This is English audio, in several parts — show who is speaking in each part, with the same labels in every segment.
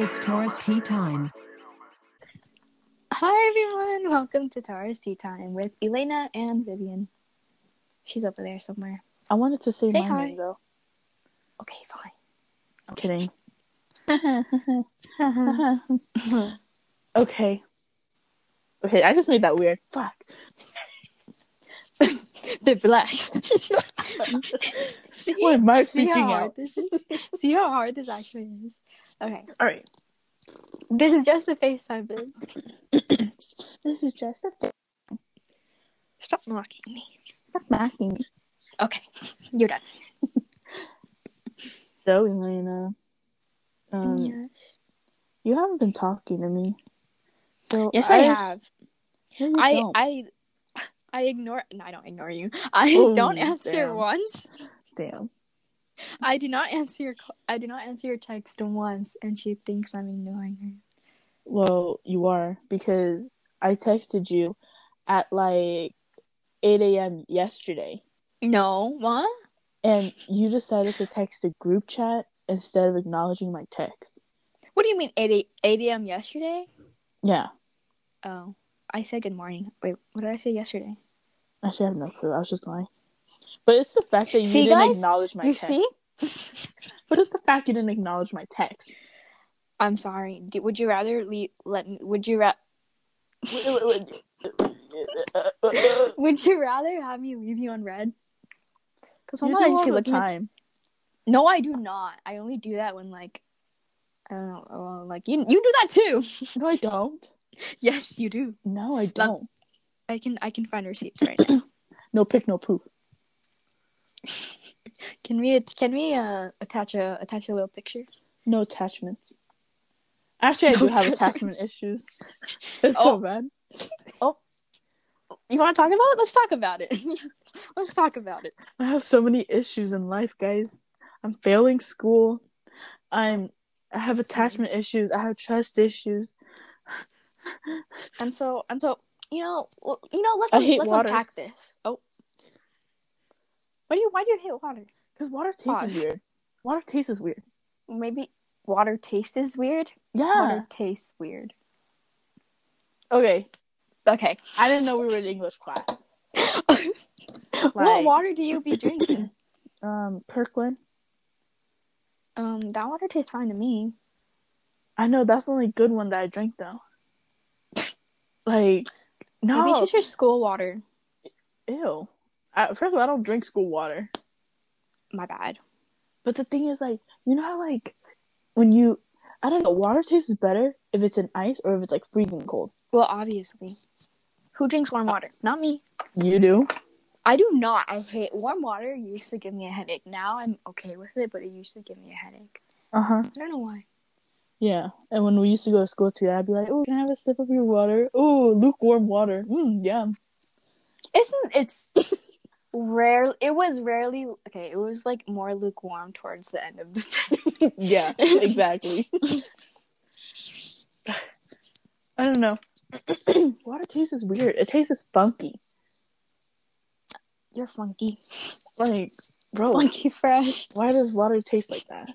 Speaker 1: It's Taurus Tea Time.
Speaker 2: Hi, everyone. Welcome to Tara's Tea Time with Elena and Vivian. She's over there somewhere.
Speaker 3: I wanted to say,
Speaker 2: Say
Speaker 3: my
Speaker 2: hi.
Speaker 3: name though.
Speaker 2: Okay, fine.
Speaker 3: I'm kidding.
Speaker 2: Uh-huh.
Speaker 3: Okay. Okay, I just made that weird. Fuck.
Speaker 2: They're black. see,
Speaker 3: What am I
Speaker 2: see how
Speaker 3: freaking
Speaker 2: hard
Speaker 3: out?
Speaker 2: this is? See how hard this actually is? Okay.
Speaker 3: All right.
Speaker 2: This is just the FaceTime bit.
Speaker 3: This is just a
Speaker 2: Stop mocking me.
Speaker 3: Stop mocking me.
Speaker 2: Okay. You're done.
Speaker 3: So Elena, um,
Speaker 2: yes.
Speaker 3: you haven't been talking to me. So
Speaker 2: Yes, I,
Speaker 3: was-
Speaker 2: have.
Speaker 3: No, you
Speaker 2: I,
Speaker 3: don't.
Speaker 2: I, I ignore. No, I don't ignore you. I
Speaker 3: Oh,
Speaker 2: don't answer
Speaker 3: damn.
Speaker 2: once.
Speaker 3: damn.
Speaker 2: I do not answer your. ca- I do not answer your text once, and she thinks I'm ignoring her.
Speaker 3: Well, you are because I texted you at like 8 a.m. yesterday,
Speaker 2: No, what?
Speaker 3: and you decided to text a group chat instead of acknowledging my text.
Speaker 2: What do you mean 8, a- 8 a.m. yesterday?
Speaker 3: Yeah,
Speaker 2: Oh, I said good morning. Wait, what did I say yesterday?
Speaker 3: actually, I have no clue. I was just lying. But it's the fact that you
Speaker 2: See,
Speaker 3: didn't
Speaker 2: guys?
Speaker 3: acknowledge my
Speaker 2: You
Speaker 3: text.
Speaker 2: see?
Speaker 3: but it's the fact you didn't acknowledge my text.
Speaker 2: I'm sorry. Do, would you rather le- let me? Would you ra- Would you rather have me leave you on red? Because
Speaker 3: You
Speaker 2: sometimes
Speaker 3: do
Speaker 2: I just
Speaker 3: all
Speaker 2: be
Speaker 3: the
Speaker 2: looking. at-
Speaker 3: time.
Speaker 2: No, I do not. I only do that when like. I don't know. Well, like you, you do that too.
Speaker 3: No, I don't.
Speaker 2: yes, you do.
Speaker 3: No, I don't.
Speaker 2: I can, I can find receipts right now.
Speaker 3: No pick, no poop.
Speaker 2: Can we can we uh, attach a attach a little picture?
Speaker 3: No attachments. Actually, I
Speaker 2: No
Speaker 3: do have
Speaker 2: attachments.
Speaker 3: attachment issues. It's so
Speaker 2: Oh.
Speaker 3: bad.
Speaker 2: You want to talk about it? Let's talk about it. Let's talk about it.
Speaker 3: I have so many issues in life, guys. I'm failing school. I'm. I have attachment issues. I have trust issues.
Speaker 2: And so and so you know well, you know let's
Speaker 3: I hate
Speaker 2: let's
Speaker 3: water.
Speaker 2: unpack this. Oh, why do you why do you hate water?
Speaker 3: Cause water tastes
Speaker 2: Pause.
Speaker 3: weird. Water tastes weird.
Speaker 2: Maybe water taste is weird. Water tastes weird.
Speaker 3: Okay.
Speaker 2: Okay.
Speaker 3: I didn't know we were in English class.
Speaker 2: what
Speaker 3: Like-
Speaker 2: water do you be drinking?
Speaker 3: Um, Kirkland.
Speaker 2: um, that water tastes fine to me.
Speaker 3: I know that's the only good one that I drink though. Like, no.
Speaker 2: Maybe it's just your school water.
Speaker 3: Ew. I, first of all, I don't drink school water.
Speaker 2: My bad.
Speaker 3: But the thing is, like, you know how, like, when you, I don't know, water tastes better if it's in ice or if it's, like, freezing cold.
Speaker 2: Well, obviously, who drinks warm water? Not me.
Speaker 3: You do?
Speaker 2: I do not. I hate warm water. Used to give me a headache. Now I'm okay with it, but it used to give me a headache.
Speaker 3: Uh huh.
Speaker 2: I don't know why.
Speaker 3: Yeah. And when we used to go to school together, I'd be like, oh, can I have a sip of your water? Oh, lukewarm water. Mmm, yum.
Speaker 2: Isn't it's rare? It was rarely okay. It was like more lukewarm towards the end of the day.
Speaker 3: yeah, exactly. I don't know. water tastes is weird. It tastes funky.
Speaker 2: You're funky,
Speaker 3: Like, bro,
Speaker 2: funky fresh.
Speaker 3: why does water taste like that?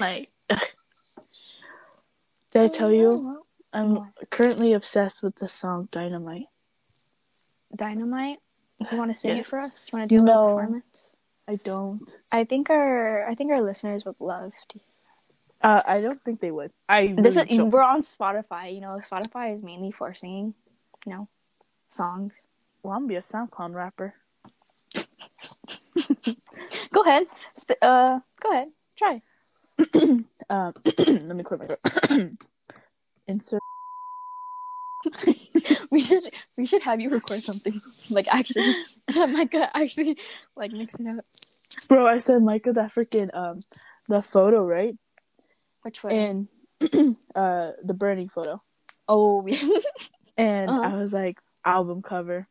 Speaker 3: Like, Oh, did I tell you? I'm
Speaker 2: What?
Speaker 3: currently obsessed with the song Dynamite.
Speaker 2: dynamite. You want to sing it
Speaker 3: Yes.
Speaker 2: for us? Want to do a
Speaker 3: No.
Speaker 2: little performance?
Speaker 3: I don't.
Speaker 2: I think our I think our listeners would love to.
Speaker 3: Uh, I don't think they would. I really
Speaker 2: This is
Speaker 3: don't.
Speaker 2: we're on Spotify. You know, Spotify is mainly for singing, you know, songs.
Speaker 3: Well, I'm gonna be a SoundCloud rapper.
Speaker 2: Go ahead. Sp- uh, go ahead. Try.
Speaker 3: Um, let me clear my throat. Insert.
Speaker 2: We should we should have you record something like actually like uh, actually like mix it up.
Speaker 3: Bro, I said Micah that freaking um, the photo right
Speaker 2: Which one?
Speaker 3: and uh the burning photo,
Speaker 2: oh, yeah.
Speaker 3: and
Speaker 2: Uh-huh.
Speaker 3: I was like album cover.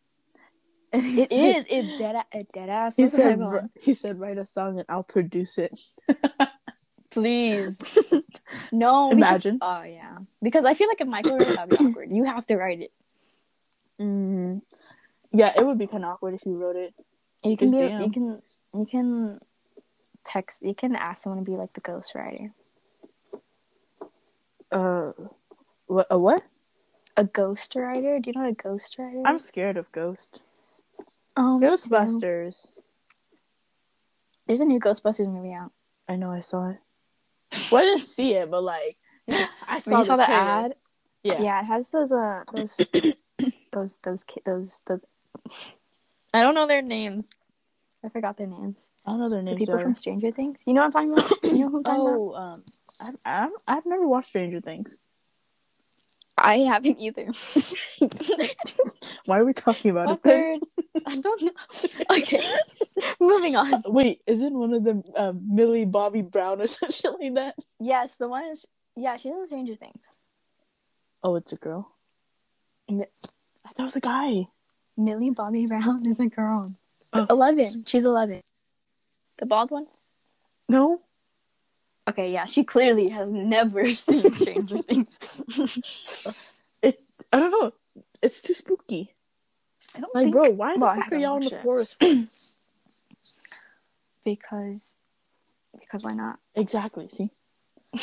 Speaker 2: it is it dead a- it dead ass.
Speaker 3: He
Speaker 2: That's the
Speaker 3: said,
Speaker 2: type of
Speaker 3: "Wri-
Speaker 2: one.
Speaker 3: he said, write a song and I'll produce it.
Speaker 2: please. no, we should-
Speaker 3: Imagine.
Speaker 2: oh yeah, because I feel like if Michael wrote it, that'd be awkward. You have to write it. Mm-hmm.
Speaker 3: Mm. Yeah, it would be kind of awkward if you wrote it.
Speaker 2: You can be.
Speaker 3: 'Cause damn.
Speaker 2: You can. You can text. You can ask someone to be like the ghostwriter.
Speaker 3: Uh, what? A what?
Speaker 2: A ghostwriter? Do you know what a ghostwriter?
Speaker 3: I'm
Speaker 2: is?
Speaker 3: scared of ghost.
Speaker 2: Oh, me too.
Speaker 3: Ghostbusters.
Speaker 2: There's a new Ghostbusters movie out.
Speaker 3: I know I saw it. Well, I didn't see it, but like I saw,
Speaker 2: you saw the
Speaker 3: trailer.
Speaker 2: ad.
Speaker 3: Yeah.
Speaker 2: yeah, it has those uh those those those ki- those those. I don't know their names. I forgot their names.
Speaker 3: I don't know their
Speaker 2: The
Speaker 3: names.
Speaker 2: people
Speaker 3: are.
Speaker 2: from Stranger Things. You know what I'm talking about? you know who I'm talking about?
Speaker 3: oh, um, I've, I've I've never watched Stranger Things.
Speaker 2: I haven't either.
Speaker 3: Why are we talking about it?
Speaker 2: Awkward. I don't know. Okay, moving on.
Speaker 3: Wait, isn't one of them uh, Millie Bobby Brown or some shit like that?
Speaker 2: Yes, the one is yeah. She's in Stranger Things.
Speaker 3: Oh, it's a girl.
Speaker 2: Mi-
Speaker 3: I thought it was a guy.
Speaker 2: Millie Bobby Brown is a girl.
Speaker 3: Oh.
Speaker 2: Eleven. She's eleven. The bald one.
Speaker 3: No.
Speaker 2: Okay, yeah. She clearly has never seen Stranger Things.
Speaker 3: I don't know. It's too spooky.
Speaker 2: I don't
Speaker 3: Like,
Speaker 2: think-
Speaker 3: bro, why
Speaker 2: well, I
Speaker 3: the fuck are
Speaker 2: haven't
Speaker 3: y'all in the
Speaker 2: watched it.
Speaker 3: forest?
Speaker 2: because because why not?
Speaker 3: exactly. See,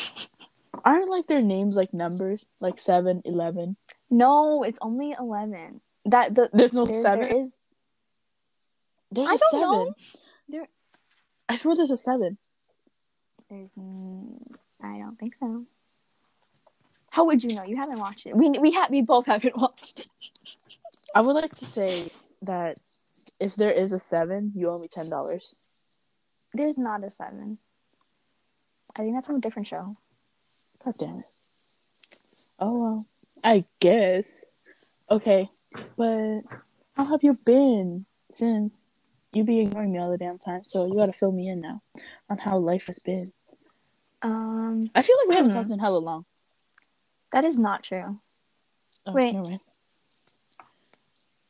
Speaker 3: aren't like their names like numbers, like seven, eleven?
Speaker 2: No, it's only eleven. That the
Speaker 3: There's no
Speaker 2: there-
Speaker 3: seven.
Speaker 2: There is
Speaker 3: There's
Speaker 2: I
Speaker 3: a
Speaker 2: don't
Speaker 3: seven.
Speaker 2: know. There-
Speaker 3: I swear there's a seven.
Speaker 2: there's n- I don't think so. How would you know? You haven't watched it. We we have we both haven't watched. it.
Speaker 3: I would like to say that if there is a seven, you owe me ten dollars.
Speaker 2: There's not a seven. I think that's from a different show.
Speaker 3: God damn it. Oh well. I guess. Okay. But how have you been since you be ignoring me all the damn time, so you gotta fill me in now on how life has been.
Speaker 2: Um,
Speaker 3: I feel like we haven't
Speaker 2: Hmm.
Speaker 3: talked in hella long.
Speaker 2: that is not true.
Speaker 3: Oh,
Speaker 2: Wait.
Speaker 3: never mind.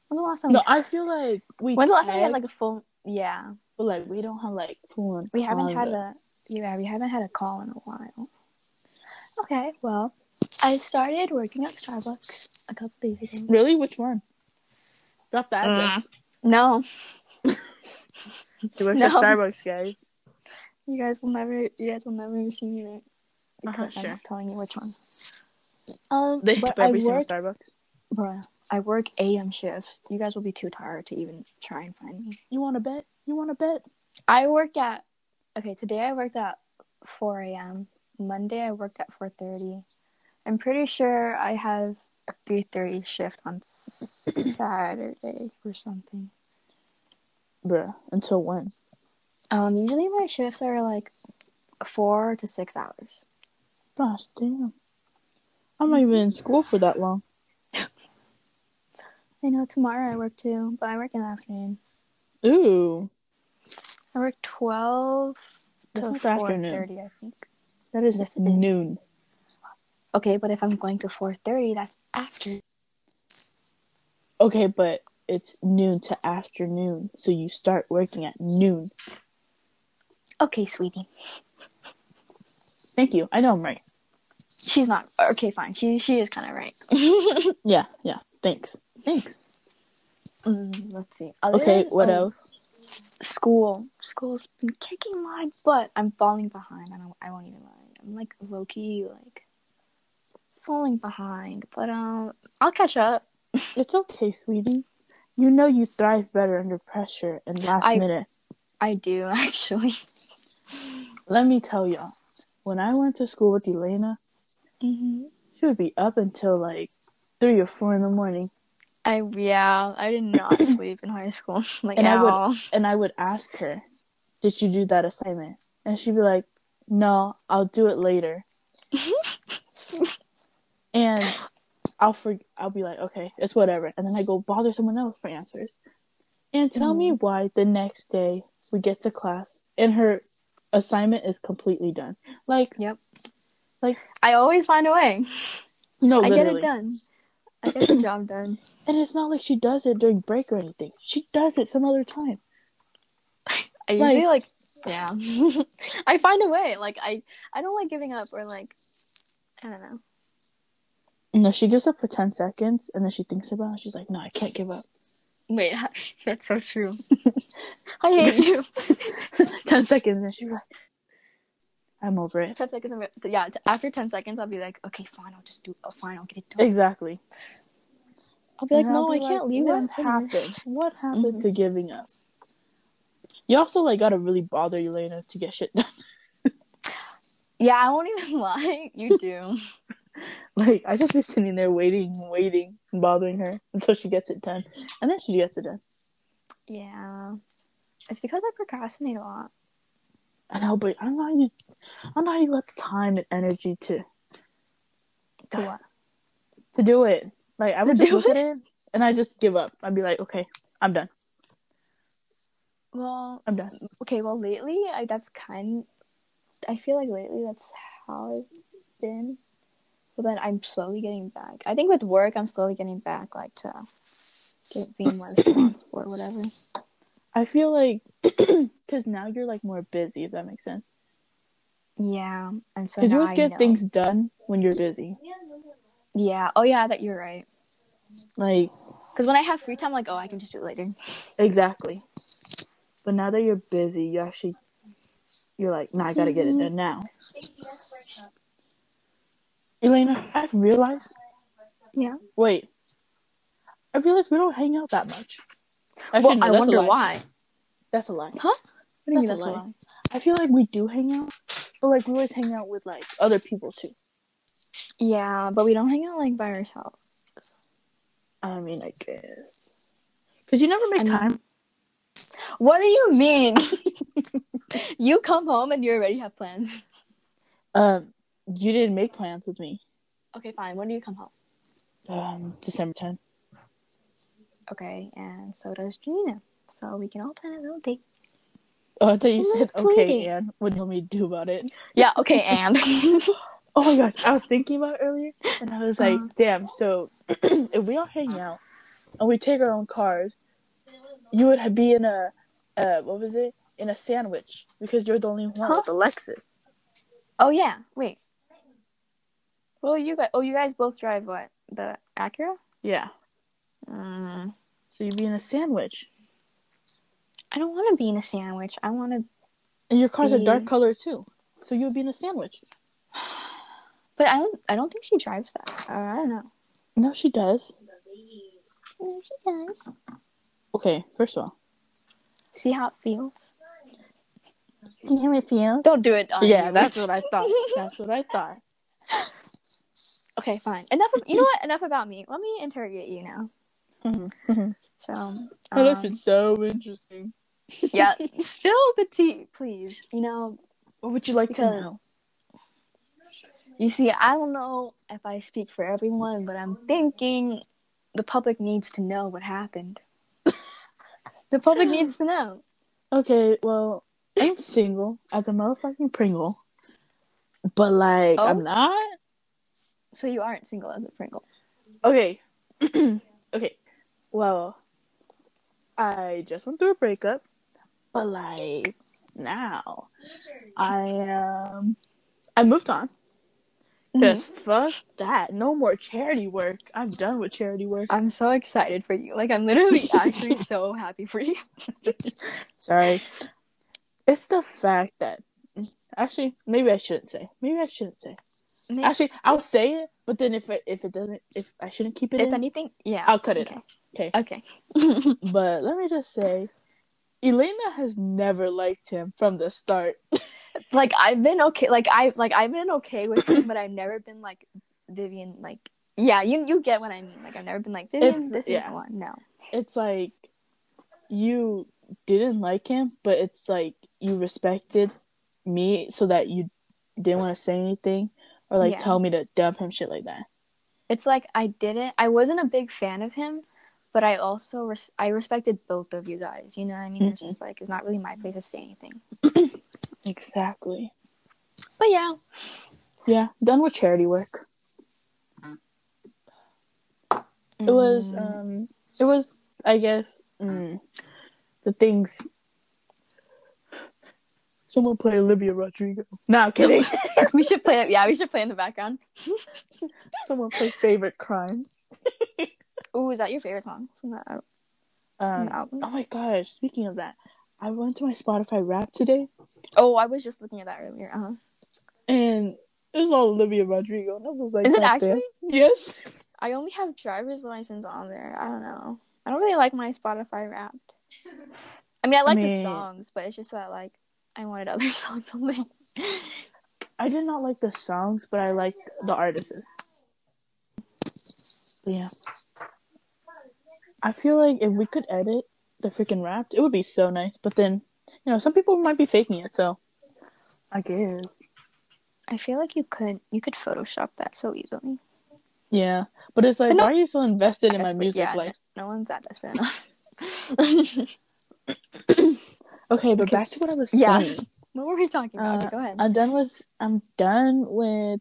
Speaker 2: When the last time?
Speaker 3: No,
Speaker 2: we-
Speaker 3: I feel like we
Speaker 2: when's the last time we had like a
Speaker 3: text,
Speaker 2: full? Yeah,
Speaker 3: but like we don't have like full on
Speaker 2: we haven't had
Speaker 3: convo.
Speaker 2: a. Yeah, we haven't had a call in a while. Okay, well, I started working at Starbucks a couple days ago.
Speaker 3: Really? Which one? Drop
Speaker 2: Mm.
Speaker 3: the address.
Speaker 2: No,
Speaker 3: She works at
Speaker 2: No.
Speaker 3: Starbucks, guys.
Speaker 2: you guys will never. You guys will never see me there.
Speaker 3: Uh-huh,
Speaker 2: because I'm
Speaker 3: sure.
Speaker 2: not telling you which one. Um,
Speaker 3: They have
Speaker 2: but I
Speaker 3: every single
Speaker 2: work.
Speaker 3: Starbucks.
Speaker 2: Bruh, I work AM shifts. You guys will be too tired to even try and find me.
Speaker 3: You want to bet? You want to bet?
Speaker 2: I work at okay, today I worked at four AM. Monday I worked at four thirty. I'm pretty sure I have a three thirty shift on Saturday or something.
Speaker 3: Bruh, until when?
Speaker 2: Um usually my shifts are like four to six hours.
Speaker 3: Gosh, damn. I'm not even in school for that long.
Speaker 2: I know tomorrow I work too, but I work in the afternoon.
Speaker 3: Ooh,
Speaker 2: I work twelve
Speaker 3: That's
Speaker 2: to
Speaker 3: not the
Speaker 2: four
Speaker 3: afternoon.
Speaker 2: thirty, I think.
Speaker 3: that is
Speaker 2: Yes, it is.
Speaker 3: noon.
Speaker 2: Okay, but if I'm going to four thirty, that's after
Speaker 3: Okay, but it's noon to afternoon, so you start working at noon.
Speaker 2: Okay, sweetie.
Speaker 3: Thank you. I know I'm right.
Speaker 2: She's not okay, fine. She she is kinda right.
Speaker 3: Yeah, yeah. Thanks. Thanks.
Speaker 2: Mm, let's see. Other
Speaker 3: Okay,
Speaker 2: than,
Speaker 3: what
Speaker 2: um,
Speaker 3: else?
Speaker 2: School. School's been kicking my butt. I'm falling behind. I, don't, I won't even lie. I'm like low key, like falling behind. But um, I'll catch up.
Speaker 3: It's okay, sweetie. You know you thrive better under pressure and last
Speaker 2: I-
Speaker 3: minute.
Speaker 2: I do actually.
Speaker 3: Let me tell y'all, when I went to school with Elena,
Speaker 2: hmm
Speaker 3: she would be up until like three or four in the morning.
Speaker 2: I yeah. I did not sleep in high school. Like
Speaker 3: And
Speaker 2: at
Speaker 3: I would-
Speaker 2: all.
Speaker 3: and I would ask her, "Did you do that assignment?" And she'd be like, "No, I'll do it later." and I'll for- I'll be like, "Okay, it's whatever." And then I go bother someone else for answers. And tell me
Speaker 2: Mm.
Speaker 3: why the next day we get to class and her assignment is completely done. Like
Speaker 2: Yep.
Speaker 3: Like-
Speaker 2: I always find a way.
Speaker 3: no,
Speaker 2: I get
Speaker 3: literally.
Speaker 2: it done. I get the job done.
Speaker 3: And it's not like she does it during break or anything. She does it some other time.
Speaker 2: I
Speaker 3: Like-
Speaker 2: usually like, yeah. I find a way. Like I I don't like giving up or like I don't know.
Speaker 3: No, she gives up for ten seconds and then she thinks about it. She's like, "No, I can't give up."
Speaker 2: Wait, that's so true.
Speaker 3: I
Speaker 2: hate you.
Speaker 3: Ten seconds, and she's like, "I'm over it."
Speaker 2: Ten seconds. I'm- Yeah, t- after ten seconds, I'll be like, okay, fine, I'll just do. Oh, fine, I'll get it done.
Speaker 3: Exactly.
Speaker 2: I'll be like,
Speaker 3: And I'll
Speaker 2: no,
Speaker 3: be
Speaker 2: I can't
Speaker 3: like,
Speaker 2: leave
Speaker 3: What
Speaker 2: it.
Speaker 3: happened? What happened
Speaker 2: Mhm.
Speaker 3: to giving up? You also like gotta really bother Elena to get shit done.
Speaker 2: Yeah, I won't even lie. You do.
Speaker 3: Like I just be sitting there waiting, waiting, and bothering her until she gets it done, and then she gets it done.
Speaker 2: yeah, it's because I procrastinate a lot.
Speaker 3: I know, but I don't know how you, I don't know how you got the time and energy to
Speaker 2: To what?
Speaker 3: to do it. Like I would
Speaker 2: To
Speaker 3: just
Speaker 2: do
Speaker 3: look at it and I just give up. I'd be like, okay, I'm done.
Speaker 2: Well,
Speaker 3: I'm done.
Speaker 2: okay. Well, lately, I that's kind. I feel like lately that's how I've been. But then I'm slowly getting back. I think with work, I'm slowly getting back, like to get, being more responsible or whatever.
Speaker 3: I feel like because now you're like more busy. If that makes sense,
Speaker 2: Yeah, and so
Speaker 3: because you
Speaker 2: now
Speaker 3: always
Speaker 2: I
Speaker 3: get
Speaker 2: know.
Speaker 3: things done when you're busy.
Speaker 2: Yeah. Oh, yeah. That you're right.
Speaker 3: Like
Speaker 2: Because when I have free time, like, oh, I can just do it later.
Speaker 3: exactly. But now that you're busy, you actually you're like, nah, I gotta get it done now. Elena, I've realized.
Speaker 2: Yeah.
Speaker 3: Wait, I realized we don't hang out that much. Actually,
Speaker 2: Well,
Speaker 3: no,
Speaker 2: I
Speaker 3: that's a
Speaker 2: wonder
Speaker 3: lie.
Speaker 2: why.
Speaker 3: That's a lie.
Speaker 2: Huh? What do you mean
Speaker 3: That's
Speaker 2: that's
Speaker 3: a
Speaker 2: a
Speaker 3: lie.
Speaker 2: lie?
Speaker 3: I feel like we do hang out, but like we always hang out with like other people too.
Speaker 2: Yeah, but we don't hang out like by ourselves.
Speaker 3: I mean, I guess because you never make
Speaker 2: I mean-
Speaker 3: time.
Speaker 2: What do you mean? you come home and you already have plans.
Speaker 3: Um, you didn't make plans with me.
Speaker 2: Okay, fine. When do you come home?
Speaker 3: Um, December 10th.
Speaker 2: Okay, and so does Gina. So we can all plan a little date.
Speaker 3: Oh, I thought you
Speaker 2: We're
Speaker 3: said
Speaker 2: not
Speaker 3: okay,
Speaker 2: dating."
Speaker 3: Anne. What do you want me to do about it?
Speaker 2: Yeah, okay, and
Speaker 3: Oh my gosh, I was thinking about it earlier, and I was like,
Speaker 2: Uh-huh.
Speaker 3: damn. So if we all hang out and we take our own cars, you would be in a uh, what was it? In a sandwich because you're the only one
Speaker 2: Huh?
Speaker 3: with a Lexus.
Speaker 2: Oh yeah, wait. Well, you guys. Oh, you guys both drive what? The Acura.
Speaker 3: Yeah,
Speaker 2: Mm,
Speaker 3: so you'd be in a sandwich,
Speaker 2: I don't want to be in a sandwich. I want to,
Speaker 3: and your car's a dark
Speaker 2: Mm.
Speaker 3: color too. So you'd be in a sandwich.
Speaker 2: but I don't. I don't think she drives that. Or I don't know.
Speaker 3: No, she does.
Speaker 2: No, she does.
Speaker 3: Okay, first of all,
Speaker 2: See how it feels.
Speaker 3: see how it feels.
Speaker 2: Don't do it. On
Speaker 3: Yeah,
Speaker 2: you.
Speaker 3: that's what I thought. That's what I thought.
Speaker 2: Okay, fine. Enough. Of, you know what? Enough about me. Let me interrogate you now. So,
Speaker 3: Mm-hmm, Oh, that's
Speaker 2: um,
Speaker 3: been so interesting.
Speaker 2: yeah, spill the tea, please. You know,
Speaker 3: What would you like to
Speaker 2: Because-
Speaker 3: know?
Speaker 2: you see, I don't know if I speak for everyone, but I'm thinking the public needs to know what happened. the public needs to know.
Speaker 3: Okay, well, I'm single as a motherfucking Pringle, but like
Speaker 2: Oh?
Speaker 3: I'm not.
Speaker 2: So you aren't single as a Pringle.
Speaker 3: Okay, okay. Well, I just went through a breakup, but like now I um I moved on because fuck that. No more charity work. I'm done with charity work.
Speaker 2: Mm-hmm. I'm so excited for you. Like I'm literally actually so happy for you.
Speaker 3: Sorry. It's the fact that actually maybe I shouldn't say. Maybe I shouldn't say. Actually, I'll say it, but then if it, if it doesn't, if I shouldn't keep it
Speaker 2: if
Speaker 3: in,
Speaker 2: anything, yeah.
Speaker 3: I'll cut it
Speaker 2: okay.
Speaker 3: out. Okay.
Speaker 2: Okay.
Speaker 3: But let me just say, Elena has never liked him from the start.
Speaker 2: like I've been okay. Like I like I've been okay with him, but I've never been like Vivian. Like yeah, you you get what I mean. Like I've never been like Vivian.
Speaker 3: It's-
Speaker 2: this is
Speaker 3: yeah.
Speaker 2: the one. No.
Speaker 3: It's like you didn't like him, but it's like you respected me so that you didn't want to say anything or like
Speaker 2: Yeah.
Speaker 3: tell me to dump him, shit like that.
Speaker 2: It's like I didn't. I wasn't a big fan of him, but I also res- I respected both of you guys. You know what I mean? It's
Speaker 3: Mhm.
Speaker 2: just like it's not really my place to say anything.
Speaker 3: Exactly.
Speaker 2: But yeah,
Speaker 3: Yeah, done with charity work. It was,
Speaker 2: Mm,
Speaker 3: um, it was, I guess, mm, the things. Someone play Olivia Rodrigo. No, I'm kidding.
Speaker 2: we should play it. Yeah, we should play in the background.
Speaker 3: Someone play favorite crime.
Speaker 2: Ooh, is that your favorite song? From that?
Speaker 3: Um,
Speaker 2: No.
Speaker 3: Oh my gosh! Speaking of that, I went to my Spotify Wrapped today,
Speaker 2: Oh, I was just looking at that earlier. Uh-huh.
Speaker 3: and it was all Olivia Rodrigo, and I was like,
Speaker 2: Is it
Speaker 3: "God damn."
Speaker 2: actually?
Speaker 3: Yes.
Speaker 2: I only have driver's license on there. I don't know. I don't really like my Spotify Wrapped. I mean, I like the
Speaker 3: mean-
Speaker 2: songs, but it's just that like I wanted other songs on there.
Speaker 3: I did not like the songs, but I liked the artists. Yeah. I feel like if we could edit the freaking Wrapped, it would be so nice. But then, you know, some people might be faking it, so I guess.
Speaker 2: I feel like you could you could Photoshop that so easily.
Speaker 3: Yeah, but it's like,
Speaker 2: But no-
Speaker 3: why are you so invested in my
Speaker 2: Desperate-
Speaker 3: music
Speaker 2: yeah,
Speaker 3: life?
Speaker 2: No one's that desperate enough.
Speaker 3: Okay, but
Speaker 2: Okay.
Speaker 3: back to what I was
Speaker 2: yeah.
Speaker 3: saying.
Speaker 2: What were we talking about? Okay,
Speaker 3: Uh,
Speaker 2: go ahead.
Speaker 3: I'm done with I'm done with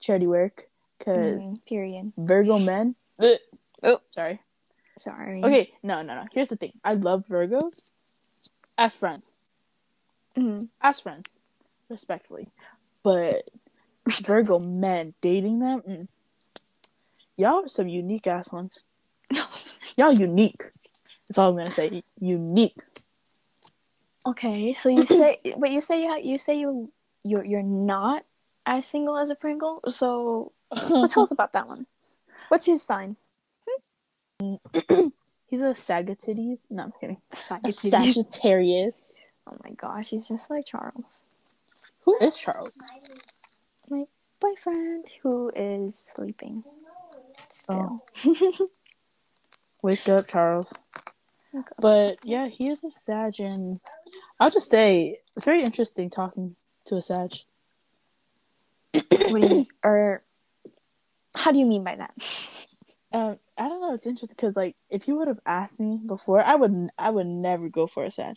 Speaker 3: charity work because
Speaker 2: Mhm, period.
Speaker 3: Virgo men. Ugh.
Speaker 2: Oh.
Speaker 3: sorry.
Speaker 2: Sorry.
Speaker 3: Okay, no, no, no. Here's the thing. I love Virgos as friends.
Speaker 2: Mhm.
Speaker 3: as friends, respectfully. But Virgo men dating them, mm. y'all are some unique ass ones. Y'all unique. That's all I'm gonna say. Unique.
Speaker 2: okay. So you say, but you say you ha- you say you you're you're not as single as a Pringle. So so tell us about that one. What's his sign?
Speaker 3: He's a Sagittarius. No, I'm kidding. A
Speaker 2: Sagittarius.
Speaker 3: Sagittarius.
Speaker 2: Oh my gosh, he's just like Charles,
Speaker 3: Who is Charles?
Speaker 2: my boyfriend who is sleeping still.
Speaker 3: Wake up, Charles.
Speaker 2: Okay.
Speaker 3: But yeah, he is a Sag, and I'll just say it's very interesting talking to a Sag.
Speaker 2: What do you mean? Or how do you mean by that?
Speaker 3: Um, I don't know. It's interesting because, like, if you would have asked me before, I would, I would never go for a Sag.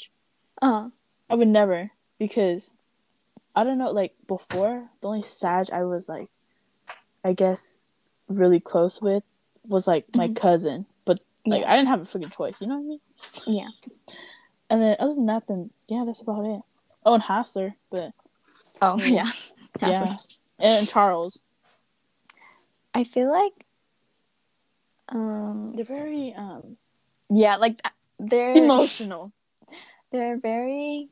Speaker 2: Uh,
Speaker 3: I would never because I don't know. Like before, the only Sag I was like, I guess, really close with was like my
Speaker 2: Mhm.
Speaker 3: cousin, but like
Speaker 2: Yeah.
Speaker 3: I didn't have a freaking choice. You know what I mean?
Speaker 2: yeah.
Speaker 3: And then other than that, then yeah, that's about it. Oh, and Hassler, but
Speaker 2: Oh yeah.
Speaker 3: yeah, and Charles.
Speaker 2: I feel like, um,
Speaker 3: They're very um
Speaker 2: yeah, like uh, they're
Speaker 3: emotional.
Speaker 2: they're very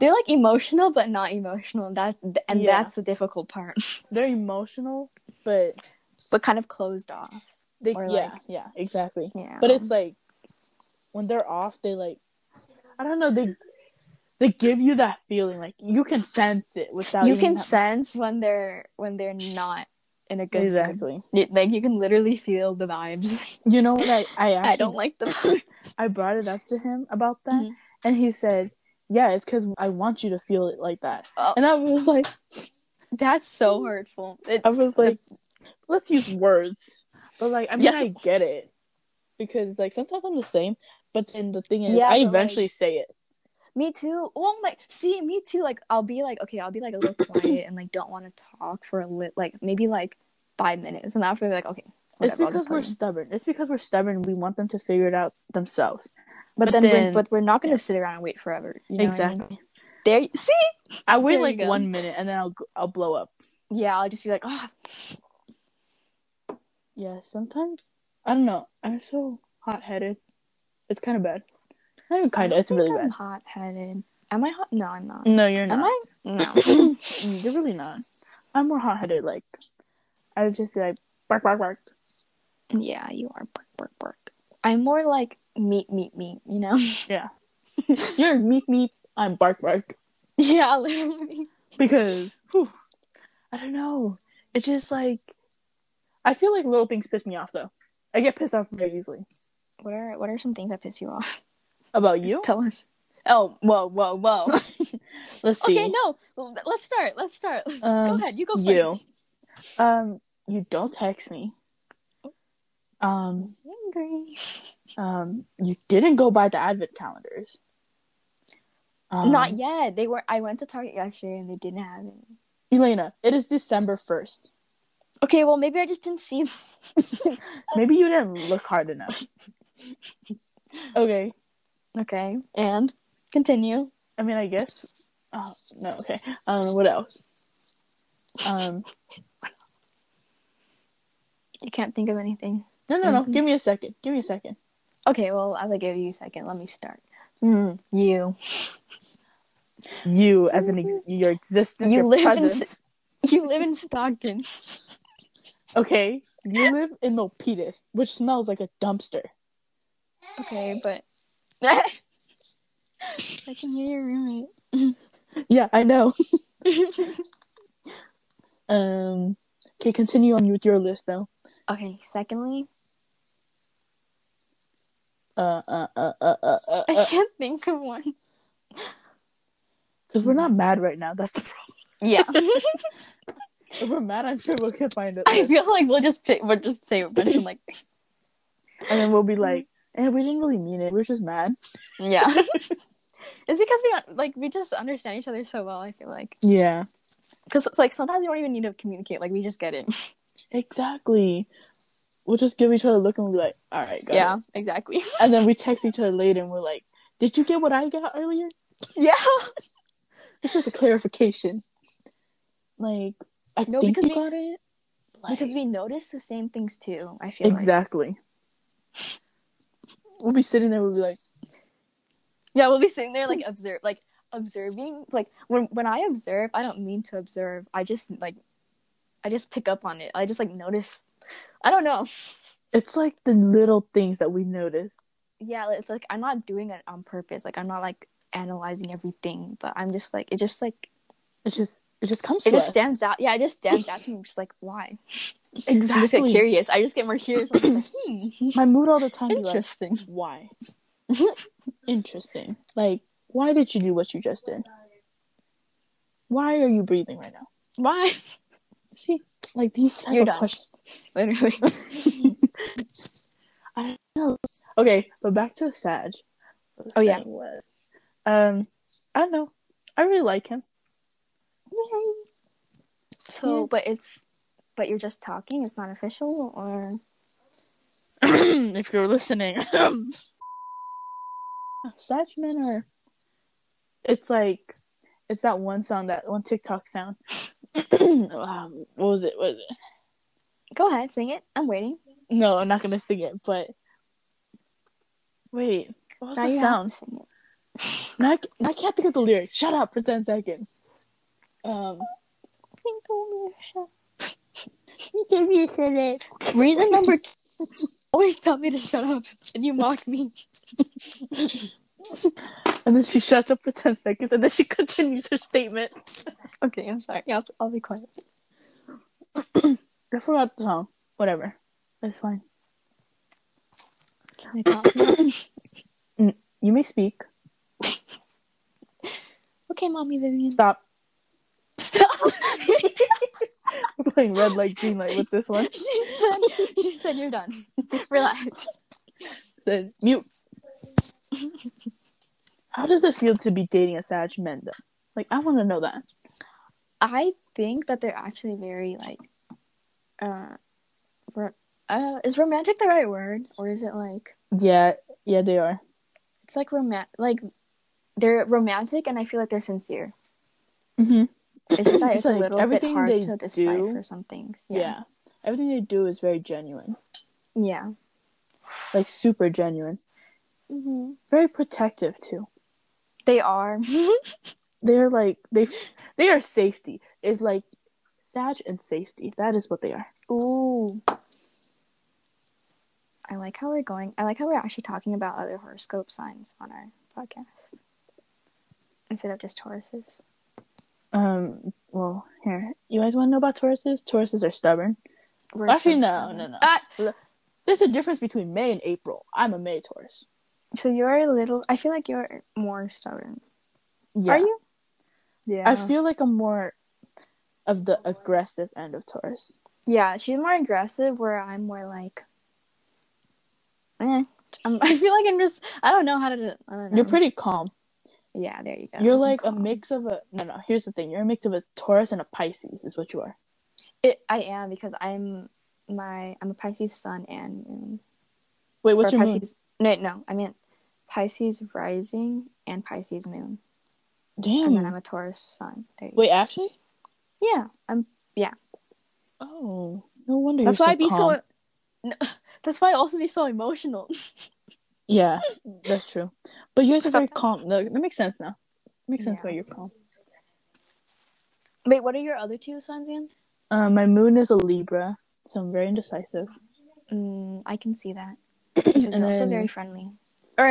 Speaker 2: they're like emotional but not emotional. That's and
Speaker 3: Yeah.
Speaker 2: that's the difficult part.
Speaker 3: They're emotional, but
Speaker 2: but kind of closed off.
Speaker 3: they
Speaker 2: Or,
Speaker 3: yeah
Speaker 2: like-
Speaker 3: yeah exactly.
Speaker 2: Yeah.
Speaker 3: But it's like when they're off, they like I don't know, they they give you that feeling like you can sense it without
Speaker 2: you
Speaker 3: even
Speaker 2: can
Speaker 3: ha-
Speaker 2: sense when they're when they're not in a good mood.
Speaker 3: exactly.
Speaker 2: You- Like you can literally feel the vibes.
Speaker 3: You know what I I actually
Speaker 2: I don't like the vibes.
Speaker 3: I brought it up to him about that,
Speaker 2: Mhm.
Speaker 3: and he said, "Yeah, it's because I want you to feel it like that."
Speaker 2: Oh.
Speaker 3: And I was like,
Speaker 2: That's so hurtful. It,
Speaker 3: I was like, let's use words, but like I mean
Speaker 2: Yeah.
Speaker 3: I get it because like sometimes I'm the same, but then the thing is
Speaker 2: Yeah,
Speaker 3: I
Speaker 2: but, like-
Speaker 3: eventually say it.
Speaker 2: Me too. Oh my, see, me too. Like, I'll be like, okay, I'll be like a little quiet and like don't want to talk for a lit, like maybe like five minutes, and after I'll be like, okay, whatever, I'll
Speaker 3: it's because
Speaker 2: just
Speaker 3: we're
Speaker 2: leave.
Speaker 3: stubborn. It's because we're stubborn. We want them to figure it out themselves.
Speaker 2: But,
Speaker 3: but
Speaker 2: then,
Speaker 3: then-
Speaker 2: we're, but we're not gonna sit around and wait forever. You know what I mean?
Speaker 3: exactly.
Speaker 2: There, you- see.
Speaker 3: I wait
Speaker 2: There you
Speaker 3: like
Speaker 2: go.
Speaker 3: one minute and then I'll go- I'll blow up.
Speaker 2: Yeah, I'll just be like, ah,
Speaker 3: Yeah, sometimes I don't know. I'm so hot headed. It's kind of bad. I mean, kind of. It's really
Speaker 2: I'm
Speaker 3: bad. Mm.
Speaker 2: hot headed. Am I hot? No, I'm not.
Speaker 3: No, you're
Speaker 2: Am
Speaker 3: not.
Speaker 2: I? No.
Speaker 3: Mm, You're really not. I'm more hot headed. Like I would just be like bark bark bark.
Speaker 2: yeah, you are. Bark, bark, bark. I'm more like meat, meat, meat. You know?
Speaker 3: Yeah. you're meep meep. I'm bark bark
Speaker 2: yeah, literally.
Speaker 3: because whew, I don't know. It's just like I feel like little things piss me off though. I get pissed off very easily.
Speaker 2: What are what are some things that piss you off?
Speaker 3: About you?
Speaker 2: Tell us.
Speaker 3: Oh, whoa, whoa, whoa. Let's see.
Speaker 2: Okay, no. Well, Let's start. Let's start. go
Speaker 3: Um,
Speaker 2: ahead. You go first.
Speaker 3: you. Um, you don't text me. Um,
Speaker 2: Angry.
Speaker 3: um, you didn't go by the advent calendars. Um,
Speaker 2: Not yet. They were. I went to Target yesterday and they didn't have any.
Speaker 3: Elena. It is December first.
Speaker 2: Okay, well maybe I just didn't see. them.
Speaker 3: Maybe you didn't look hard enough. okay.
Speaker 2: Okay, and continue.
Speaker 3: I mean, I guess. Oh no. Okay. Um, what else? Um,
Speaker 2: You can't think of anything.
Speaker 3: no, no, no.
Speaker 2: Mhm.
Speaker 3: Mm-hmm. Give me a second. Give me a second.
Speaker 2: Okay, well, as I give you a second, let me start. Mm, you,
Speaker 3: You as an ex- your existence,
Speaker 2: You
Speaker 3: your
Speaker 2: live in
Speaker 3: presence.
Speaker 2: you live in Stockton.
Speaker 3: okay, you live in Milpitas, which smells like a dumpster.
Speaker 2: Okay, but I can hear your roommate.
Speaker 3: Yeah, I know. Um, okay, continue on with your list though.
Speaker 2: okay. Secondly,
Speaker 3: Uh, uh, uh, uh, uh, uh,
Speaker 2: I can't think of one.
Speaker 3: because we're not mad right now. That's the problem.
Speaker 2: Yeah,
Speaker 3: If we're mad, I'm sure we can find it,
Speaker 2: I feel like we'll just pick, we'll just say a bunch of like,
Speaker 3: and then we'll be like, "Eh, we didn't really mean it. We're just mad."
Speaker 2: yeah. it's because we un- like we just understand each other so well. I feel like
Speaker 3: Yeah,
Speaker 2: because it's like sometimes you don't even need to communicate. Like we just get it.
Speaker 3: exactly. We'll just give each other a look and we'll be like, "All right, got
Speaker 2: yeah,
Speaker 3: it."
Speaker 2: exactly.
Speaker 3: And then we text each other later and we're like, "Did you get what I got earlier?"
Speaker 2: yeah.
Speaker 3: It's just a clarification. Like, I
Speaker 2: No,
Speaker 3: think
Speaker 2: because
Speaker 3: you
Speaker 2: we-
Speaker 3: got it. Like-
Speaker 2: Because we notice the same things too. I feel like.
Speaker 3: Exactly. We'll be sitting there. We'll be like,
Speaker 2: Yeah, we'll be sitting there like observe, like observing. Like when when I observe, I don't mean to observe. I just like, I just pick up on it. I just like notice. I don't know.
Speaker 3: it's like the little things that we notice.
Speaker 2: Yeah, it's like I'm not doing it on purpose. Like I'm not like analyzing everything, but I'm just like it. Just like
Speaker 3: It just, it just comes
Speaker 2: it
Speaker 3: to
Speaker 2: just
Speaker 3: us.
Speaker 2: stands out. Yeah, it just stands out to me. I'm just like why? I just get
Speaker 3: exactly.
Speaker 2: curious. I just get more curious. I'm just like, hmm,
Speaker 3: My mood all the time. be Like,
Speaker 2: interesting.
Speaker 3: why? Interesting. Like, why did you do what you just did? Why are you breathing right now?
Speaker 2: Why?
Speaker 3: See, like these type
Speaker 2: You're
Speaker 3: of
Speaker 2: done.
Speaker 3: questions.
Speaker 2: Literally.
Speaker 3: I don't know. Okay, but back to Sag. What was
Speaker 2: Oh, yeah.
Speaker 3: saying Was, um, I don't know. I really like him.
Speaker 2: So,
Speaker 3: Yes.
Speaker 2: but it's, but you're just talking. It's not official, or
Speaker 3: if you're listening. Sag men are. It's like, it's that one song, that one TikTok sound. um, what was it? What was it?
Speaker 2: go ahead, sing it. I'm waiting.
Speaker 3: No, I'm not gonna sing it. But wait, what was
Speaker 2: Now
Speaker 3: the
Speaker 2: you
Speaker 3: sound?
Speaker 2: have to sing it.
Speaker 3: Now I, c- now I can't think of the lyrics. Shut up for ten seconds. Um, give me a minute.
Speaker 2: Reason number two. Always tell me to shut up, and you mock me.
Speaker 3: And then she shuts up for ten seconds, and then she continues her statement.
Speaker 2: Okay, I'm sorry. Yeah, I'll, I'll be quiet.
Speaker 3: I forgot the song. Whatever, that's fine.
Speaker 2: Can I talk?
Speaker 3: You may speak.
Speaker 2: okay, mommy, Vivian.
Speaker 3: Stop.
Speaker 2: Stop.
Speaker 3: We're playing red light, green light with this one.
Speaker 2: she said. She said you're done. Relax.
Speaker 3: Said mute. How does it feel to be dating a Sag man though? Like I want to know that.
Speaker 2: I think that they're actually very like, uh, ro- uh, is romantic the right word, or is it like?
Speaker 3: Yeah, yeah, they are.
Speaker 2: it's like romantic like they're romantic and i feel like they're sincere
Speaker 3: Mm-hmm.
Speaker 2: it's just that it's
Speaker 3: It's like
Speaker 2: a little bit
Speaker 3: everything they
Speaker 2: hard to
Speaker 3: do-
Speaker 2: decipher some things
Speaker 3: Yeah.
Speaker 2: yeah
Speaker 3: everything they do is very genuine,
Speaker 2: yeah
Speaker 3: like super genuine,
Speaker 2: hmm
Speaker 3: very protective too.
Speaker 2: they are
Speaker 3: They're like they, they are safety. It's like Sag and safety. That is what they are.
Speaker 2: ooh i like how we're going i like how we're actually talking about other horoscope signs on our podcast instead of just tauruses
Speaker 3: Um. Well, here you guys want to know about Tauruses? Tauruses are stubborn.
Speaker 2: We're
Speaker 3: Actually,
Speaker 2: so-
Speaker 3: no, no, no.
Speaker 2: Ah!
Speaker 3: There's a difference between May and April. I'm a May Taurus.
Speaker 2: so you're a little i feel like you're more stubborn
Speaker 3: Yeah.
Speaker 2: are you yeah
Speaker 3: I feel like I'm more of the aggressive end of Taurus.
Speaker 2: Yeah, she's more aggressive where I'm more like eh. I'm, I feel like I'm just I don't know how to I don't know.
Speaker 3: You're pretty calm.
Speaker 2: Yeah, there you go.
Speaker 3: You're like a
Speaker 2: Calm.
Speaker 3: mix of a no, no. Here's the thing. You're a mix of a Taurus and a Pisces, is what you are.
Speaker 2: It, I am because I'm my I'm a Pisces sun and moon.
Speaker 3: Wait, what's
Speaker 2: Or
Speaker 3: your moon?
Speaker 2: Pisces No no, I meant Pisces rising and Pisces moon. And then
Speaker 3: Damn.
Speaker 2: I'm a Taurus sun. There you
Speaker 3: Hmm. Wait, actually?
Speaker 2: go. Yeah. I'm
Speaker 3: Oh, no wonder.
Speaker 2: that's
Speaker 3: you're
Speaker 2: why
Speaker 3: so
Speaker 2: I be
Speaker 3: calm.
Speaker 2: so No, that's why I also be so emotional.
Speaker 3: Yeah, that's true. But yours are
Speaker 2: Stop.
Speaker 3: very calm. Look, that makes sense now. Makes sense
Speaker 2: Yeah.
Speaker 3: why you're calm.
Speaker 2: Wait, what are your other two signs in?
Speaker 3: Uh, my moon is a Libra, so I'm very indecisive.
Speaker 2: Mm, I can see that. It's
Speaker 3: And
Speaker 2: also
Speaker 3: then-
Speaker 2: very friendly. Or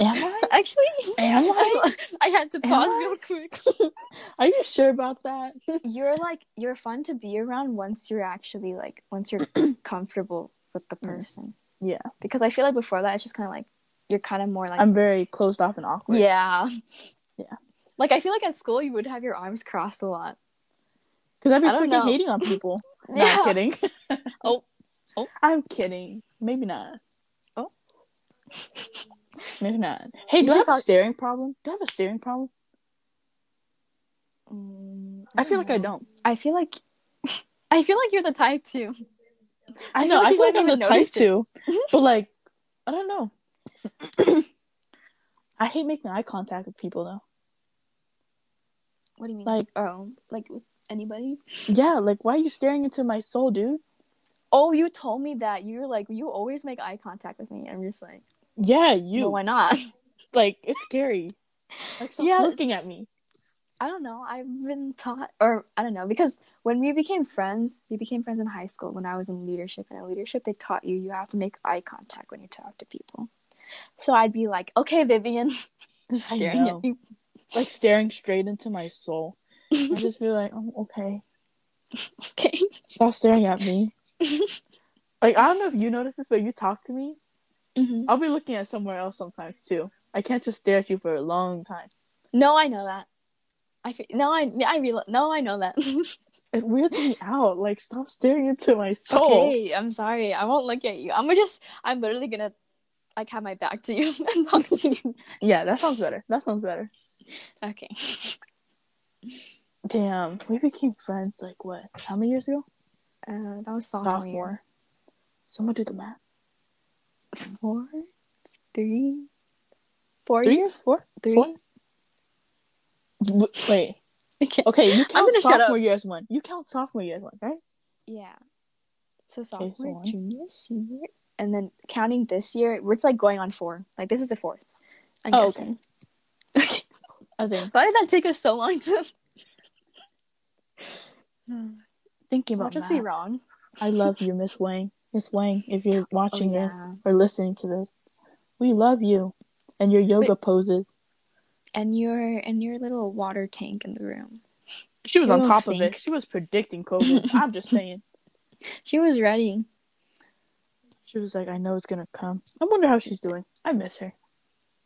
Speaker 3: Am I?
Speaker 2: actually,
Speaker 3: Am I?
Speaker 2: I, had to
Speaker 3: Am
Speaker 2: pause
Speaker 3: I?
Speaker 2: real quick.
Speaker 3: Are you sure about that?
Speaker 2: You're like you're fun to be around once you're actually like once you're comfortable with the person.
Speaker 3: yeah,
Speaker 2: Because I feel like before that it's just kind of like you're kind of more like
Speaker 3: I'm very closed off and awkward.
Speaker 2: yeah,
Speaker 3: Yeah.
Speaker 2: Like I feel like at school you would have your arms crossed a lot.
Speaker 3: because I've been
Speaker 2: I don't know.
Speaker 3: freaking hating on people.
Speaker 2: Yeah.
Speaker 3: Not kidding.
Speaker 2: Oh. Oh.
Speaker 3: I'm kidding. Maybe not.
Speaker 2: Oh.
Speaker 3: Maybe not. Hey,
Speaker 2: You
Speaker 3: do I
Speaker 2: should
Speaker 3: have a
Speaker 2: talk-
Speaker 3: staring problem? Do I have a staring problem?
Speaker 2: Mm,
Speaker 3: I feel like I
Speaker 2: know.
Speaker 3: don't.
Speaker 2: I feel like I feel like you're the type too.
Speaker 3: I
Speaker 2: feel
Speaker 3: know.
Speaker 2: like
Speaker 3: I
Speaker 2: you
Speaker 3: feel like
Speaker 2: wouldn't
Speaker 3: I'm the
Speaker 2: even
Speaker 3: type
Speaker 2: notice it.
Speaker 3: to, but like, I don't know. I hate making eye contact with people though.
Speaker 2: What do you mean?
Speaker 3: Like-
Speaker 2: oh, like with anybody?
Speaker 3: Yeah, like why are you staring into my soul, dude?
Speaker 2: Oh, you told me that you're like you always make eye contact with me. I'm just like,
Speaker 3: Yeah,
Speaker 2: you.
Speaker 3: you.
Speaker 2: why not?
Speaker 3: like it's scary. Like stop
Speaker 2: Yeah.
Speaker 3: looking at me.
Speaker 2: I don't know. I've been taught, or I don't know, because when we became friends, we became friends in high school when I was in leadership. And in leadership, they taught you you have to make eye contact when you talk to people. So I'd be like, okay, Vivian, just
Speaker 3: I
Speaker 2: staring
Speaker 3: know.
Speaker 2: at you.
Speaker 3: Like staring straight into my soul. I just be like, oh, okay.
Speaker 2: Okay.
Speaker 3: Stop staring at me. like I don't know if you notice this, but you talk to me,
Speaker 2: Mhm.
Speaker 3: I'll be looking at somewhere else sometimes too. I can't just stare at you for a long time.
Speaker 2: No, I know that. I feel, no, I I real, no, I know that.
Speaker 3: It weirds me out. Like stop staring into my soul.
Speaker 2: okay, I'm sorry. I won't look at you. I'm just, I'm literally gonna like have my back to you and talk to you.
Speaker 3: Yeah, that sounds better. That sounds better.
Speaker 2: Okay.
Speaker 3: Damn, we became friends like what? How many years ago?
Speaker 2: Uh, that was sophomore. year.
Speaker 3: Someone did the math.
Speaker 2: Four, three, four
Speaker 3: Three
Speaker 2: years.
Speaker 3: years? Four?
Speaker 2: Three.
Speaker 3: Four? W- Wait.
Speaker 2: Okay.
Speaker 3: Okay, you count
Speaker 2: gonna shut up.
Speaker 3: sophomore year as one. You count sophomore year as one, right?
Speaker 2: Yeah. So
Speaker 3: so
Speaker 2: sophomore,
Speaker 3: one.
Speaker 2: junior, senior, and then counting this year, it's like going on four. Like this is the fourth. I'm
Speaker 3: Oh,
Speaker 2: guessing. Okay.
Speaker 3: I think.
Speaker 2: Why did that take us so long to?
Speaker 3: Thinking
Speaker 2: I'll
Speaker 3: about
Speaker 2: just
Speaker 3: math.
Speaker 2: be wrong.
Speaker 3: I love you, Miss Wang. Miss Wang, if you're watching this
Speaker 2: yeah.
Speaker 3: or listening to this, we love you and your yoga poses.
Speaker 2: And your and your little water tank in the room.
Speaker 3: She was on
Speaker 2: Your
Speaker 3: top of
Speaker 2: sink.
Speaker 3: it. She was predicting COVID. I'm just saying.
Speaker 2: She was ready.
Speaker 3: She was like, I know it's gonna come. I wonder how she's doing. I miss her.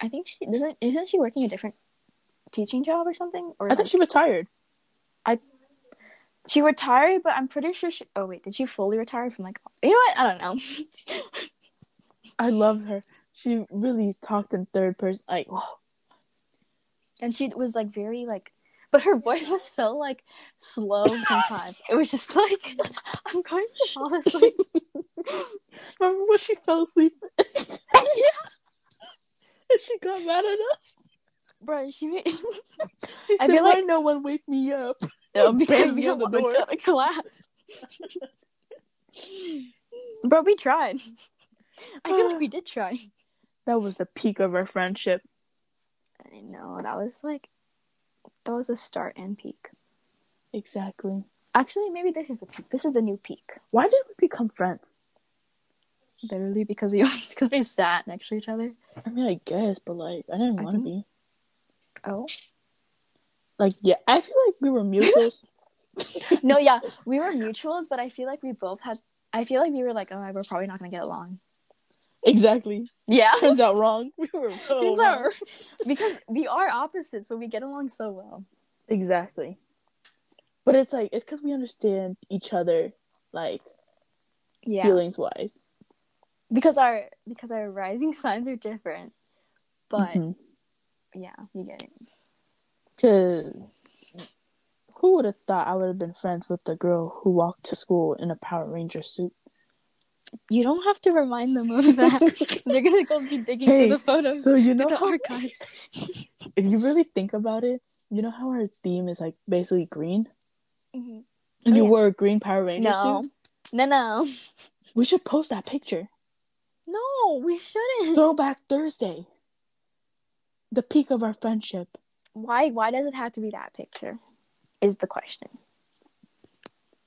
Speaker 2: I think she doesn't. Isn't she working a different teaching job or something? Or
Speaker 3: I
Speaker 2: like-
Speaker 3: think she retired.
Speaker 2: She retired, but I'm pretty sure she. Oh wait, did she fully retire from like? You know what? I don't know.
Speaker 3: I love her. She really talked in third person. Like, oh,
Speaker 2: and she was like very like, but her voice was so like slow sometimes. it was just like, I'm going to fall asleep.
Speaker 3: remember when she fell asleep? And she got mad at us.
Speaker 2: Bro, she made
Speaker 3: She
Speaker 2: I
Speaker 3: said,
Speaker 2: feel
Speaker 3: "Why
Speaker 2: like-
Speaker 3: no one wake me up?"
Speaker 2: no because
Speaker 3: Banging
Speaker 2: we
Speaker 3: on
Speaker 2: don't
Speaker 3: the
Speaker 2: want to
Speaker 3: door.
Speaker 2: go to class. Bro, we tried. I feel like we did try.
Speaker 3: That was the peak of our friendship.
Speaker 2: I know that was like, that was a start and peak.
Speaker 3: Exactly.
Speaker 2: Actually, maybe this is the peak. This is the new peak.
Speaker 3: Why did we become friends?
Speaker 2: Literally because we because we sat next to each other.
Speaker 3: I mean, I guess, but like, I didn't
Speaker 2: I
Speaker 3: want to
Speaker 2: think-
Speaker 3: be.
Speaker 2: Oh.
Speaker 3: Like, yeah, I feel like we were mutuals.
Speaker 2: no, yeah, we were mutuals, but I feel like we both had. I feel like we were like, oh, we're probably not gonna get along.
Speaker 3: exactly.
Speaker 2: Yeah,
Speaker 3: Turns out wrong. We were. so
Speaker 2: things
Speaker 3: wrong.
Speaker 2: are because we are opposites, but we get along so well.
Speaker 3: exactly. But it's like it's because we understand each other, like
Speaker 2: Yeah,
Speaker 3: feelings wise.
Speaker 2: because our because our rising signs are different, but
Speaker 3: Mhm.
Speaker 2: yeah, you get it.
Speaker 3: Cause who would have thought I would have been friends with the girl who walked to school in a Power Ranger suit?
Speaker 2: You don't have to remind them of that. They're gonna go be digging
Speaker 3: Hey,
Speaker 2: through the photos,
Speaker 3: so you know
Speaker 2: through the
Speaker 3: how-
Speaker 2: archives.
Speaker 3: If you really think about it, you know how our theme is like basically green.
Speaker 2: Mhm.
Speaker 3: you
Speaker 2: yeah.
Speaker 3: wore a green Power Ranger
Speaker 2: No,
Speaker 3: suit.
Speaker 2: no, no.
Speaker 3: We should post that picture.
Speaker 2: No, we shouldn't.
Speaker 3: Throwback Thursday. The peak of our friendship.
Speaker 2: Why? Why does it have to be that picture? Is the question.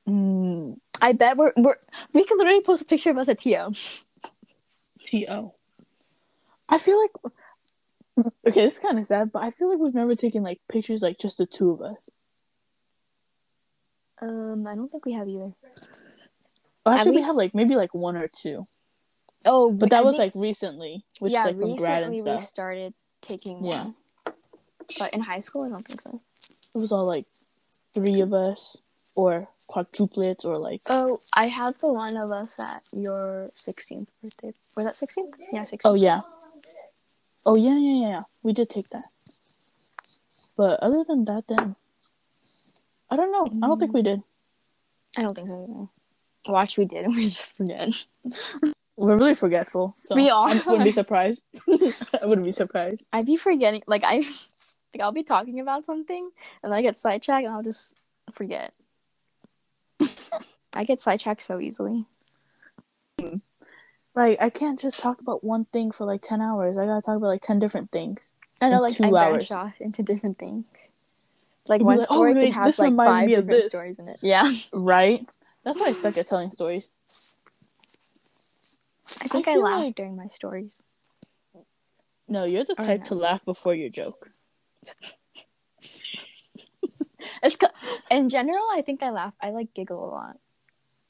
Speaker 3: Mm,
Speaker 2: I bet we're, we're we could literally post a picture of us at TO.
Speaker 3: T.O. I feel like. Okay, this is kind of sad, but I feel like we've never taken like pictures like just the two of us.
Speaker 2: Um, I don't think we have either.
Speaker 3: Well, actually, we,
Speaker 2: we-
Speaker 3: have like maybe like one or two,
Speaker 2: Oh,
Speaker 3: but that was like recently, which
Speaker 2: yeah,
Speaker 3: is like when Brad and
Speaker 2: recently we
Speaker 3: stuff.
Speaker 2: started taking
Speaker 3: Yeah.
Speaker 2: one. But in high school, I don't think so.
Speaker 3: It was all like three of us or quadruplets or like
Speaker 2: Oh, I have the one of us at your 16th birthday. Was that 16th? Yeah, 16th.
Speaker 3: Oh yeah. Oh yeah, yeah, yeah, yeah. We did take that. But other than that, then I don't know. I don't think we did.
Speaker 2: I don't think so either. Watch, we did, and we just forget.
Speaker 3: We're really forgetful. So
Speaker 2: We are.
Speaker 3: I wouldn't be surprised. I wouldn't be surprised.
Speaker 2: I'd be forgetting, like I, like I'll be talking about something, and I get sidetracked, and I'll just forget. I get sidetracked so easily.
Speaker 3: Like I can't just talk about one thing for like ten hours. I gotta talk about like ten different things.
Speaker 2: I know,
Speaker 3: In
Speaker 2: like
Speaker 3: two
Speaker 2: I branch
Speaker 3: hours.
Speaker 2: off into different things. Like
Speaker 3: You'd be
Speaker 2: one
Speaker 3: like, oh,
Speaker 2: story
Speaker 3: wait,
Speaker 2: can have
Speaker 3: this
Speaker 2: like
Speaker 3: reminded
Speaker 2: five
Speaker 3: me of
Speaker 2: different
Speaker 3: this.
Speaker 2: stories in it. Yeah,
Speaker 3: Right? That's why I suck at telling stories.
Speaker 2: I think I,
Speaker 3: feel
Speaker 2: laughed
Speaker 3: like-
Speaker 2: during my stories.
Speaker 3: No, you're the
Speaker 2: Oh,
Speaker 3: type
Speaker 2: no.
Speaker 3: to laugh before your joke.
Speaker 2: It's co- in general, I think I laugh. I like giggle a lot.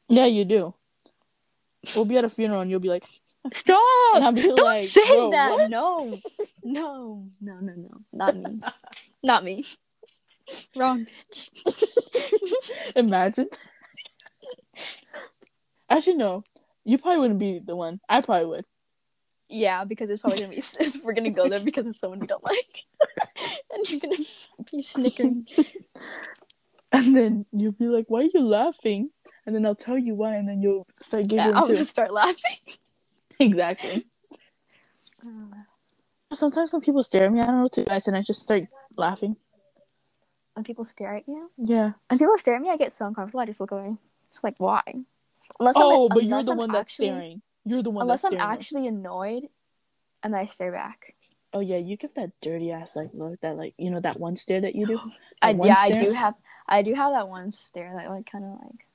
Speaker 3: Yeah, you do. We'll be at a funeral and you'll be like,
Speaker 2: Stop!
Speaker 3: and I'll be
Speaker 2: Don't
Speaker 3: like,
Speaker 2: say
Speaker 3: "Bro,
Speaker 2: that.
Speaker 3: what?"
Speaker 2: No, no, no, no, no. Not me. Not me. Wrong bitch.
Speaker 3: Imagine. Actually, no. You probably wouldn't be the one. I probably would.
Speaker 2: Yeah, because it's probably gonna be. We're gonna go there because it's someone we don't like, and you're gonna be snickering.
Speaker 3: And then you'll be like, "Why are you laughing?" And then I'll tell you why, and then you'll start giggling
Speaker 2: Yeah, I'm
Speaker 3: too.
Speaker 2: gonna start laughing.
Speaker 3: Exactly. Sometimes when people stare at me, I don't know what to do, and I just start laughing.
Speaker 2: When people stare at you,
Speaker 3: Yeah.
Speaker 2: when people stare at me, I get so uncomfortable. I just look away. It's like why? Unless
Speaker 3: Oh, but you're
Speaker 2: unless
Speaker 3: the
Speaker 2: I'm
Speaker 3: one that's
Speaker 2: actually-
Speaker 3: staring. You're the one
Speaker 2: Unless
Speaker 3: that's
Speaker 2: I'm
Speaker 3: staring.
Speaker 2: actually annoyed, and then I stare back.
Speaker 3: Oh yeah, you get that dirty ass like look that like you know that one stare that you do.
Speaker 2: I,
Speaker 3: That one
Speaker 2: yeah, I
Speaker 3: stare.
Speaker 2: do have. I do have that one stare that like kind of like.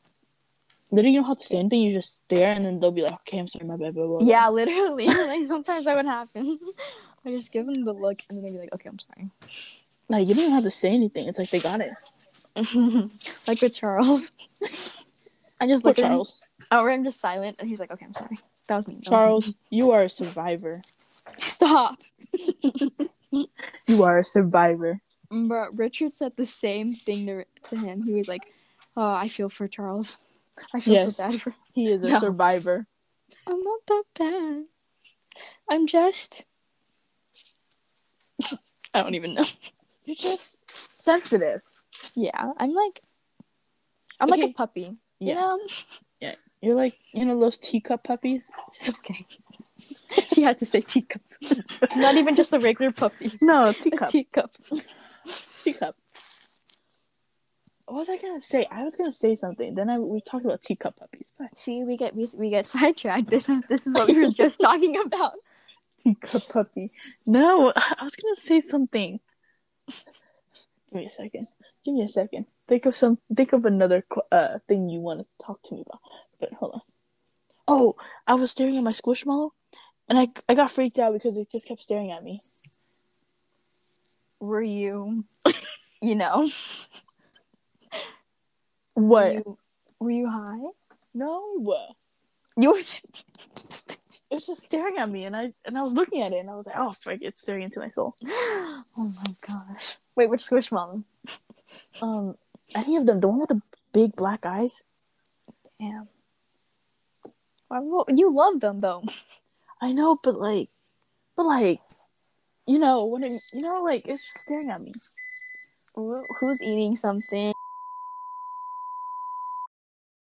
Speaker 3: Literally, you don't have to say anything. You just stare, and then they'll be like, "Okay, I'm sorry, my bad." Blah, blah, blah."
Speaker 2: Yeah, literally. like sometimes that would happen. I just give them the look, and then they'd be like, "Okay, I'm sorry."
Speaker 3: Like you don't even have to say anything. It's like they got it.
Speaker 2: like with Charles. I just
Speaker 3: Poor
Speaker 2: look at
Speaker 3: Charles.
Speaker 2: Him, or I'm just silent, and he's like, "Okay, I'm sorry. That was me." that was me."
Speaker 3: Charles, you are a survivor.
Speaker 2: stop.
Speaker 3: You are a survivor.
Speaker 2: Bro, Richard said the same thing to to him. He was like, "Oh, I feel for Charles. I feel
Speaker 3: Yes.
Speaker 2: so bad for.
Speaker 3: He is a
Speaker 2: No.
Speaker 3: survivor.
Speaker 2: I'm not that bad. I'm just. I don't even know.
Speaker 3: You're just sensitive.
Speaker 2: Yeah, I'm like. I'm like
Speaker 3: Okay.
Speaker 2: a puppy.
Speaker 3: Yeah.
Speaker 2: You know?
Speaker 3: You're like you know those teacup puppies.
Speaker 2: It's okay. she had to say teacup. Not even just a regular puppy.
Speaker 3: No,
Speaker 2: A teacup.
Speaker 3: teacup. What was I gonna say? I was gonna say something. Then I we talked about teacup puppies, but
Speaker 2: See, we get we, we get sidetracked. This is this is what we were just talking about.
Speaker 3: teacup puppy. No, I was gonna say something. Give me a second. Give me a second. Think of some. Think of another qu- uh thing you want to talk to me about. But hold on. Oh, I was staring at my squishmallow, and I I got freaked out because it just kept staring at me.
Speaker 2: Were you, you know,
Speaker 3: What?
Speaker 2: Were you, were you high?
Speaker 3: No.
Speaker 2: You were. T-
Speaker 3: It was just staring at me, and I and I was looking at it, and I was like, "Oh, frick! It's staring into my soul."
Speaker 2: oh my gosh! Wait, which squishmallow?
Speaker 3: Um, any of them? The one with the big black eyes?
Speaker 2: Damn. Why, wo- you love them though.
Speaker 3: I know, but like, but like, you know, when it, you know, like, it's just staring at me.
Speaker 2: Wh- Who's eating something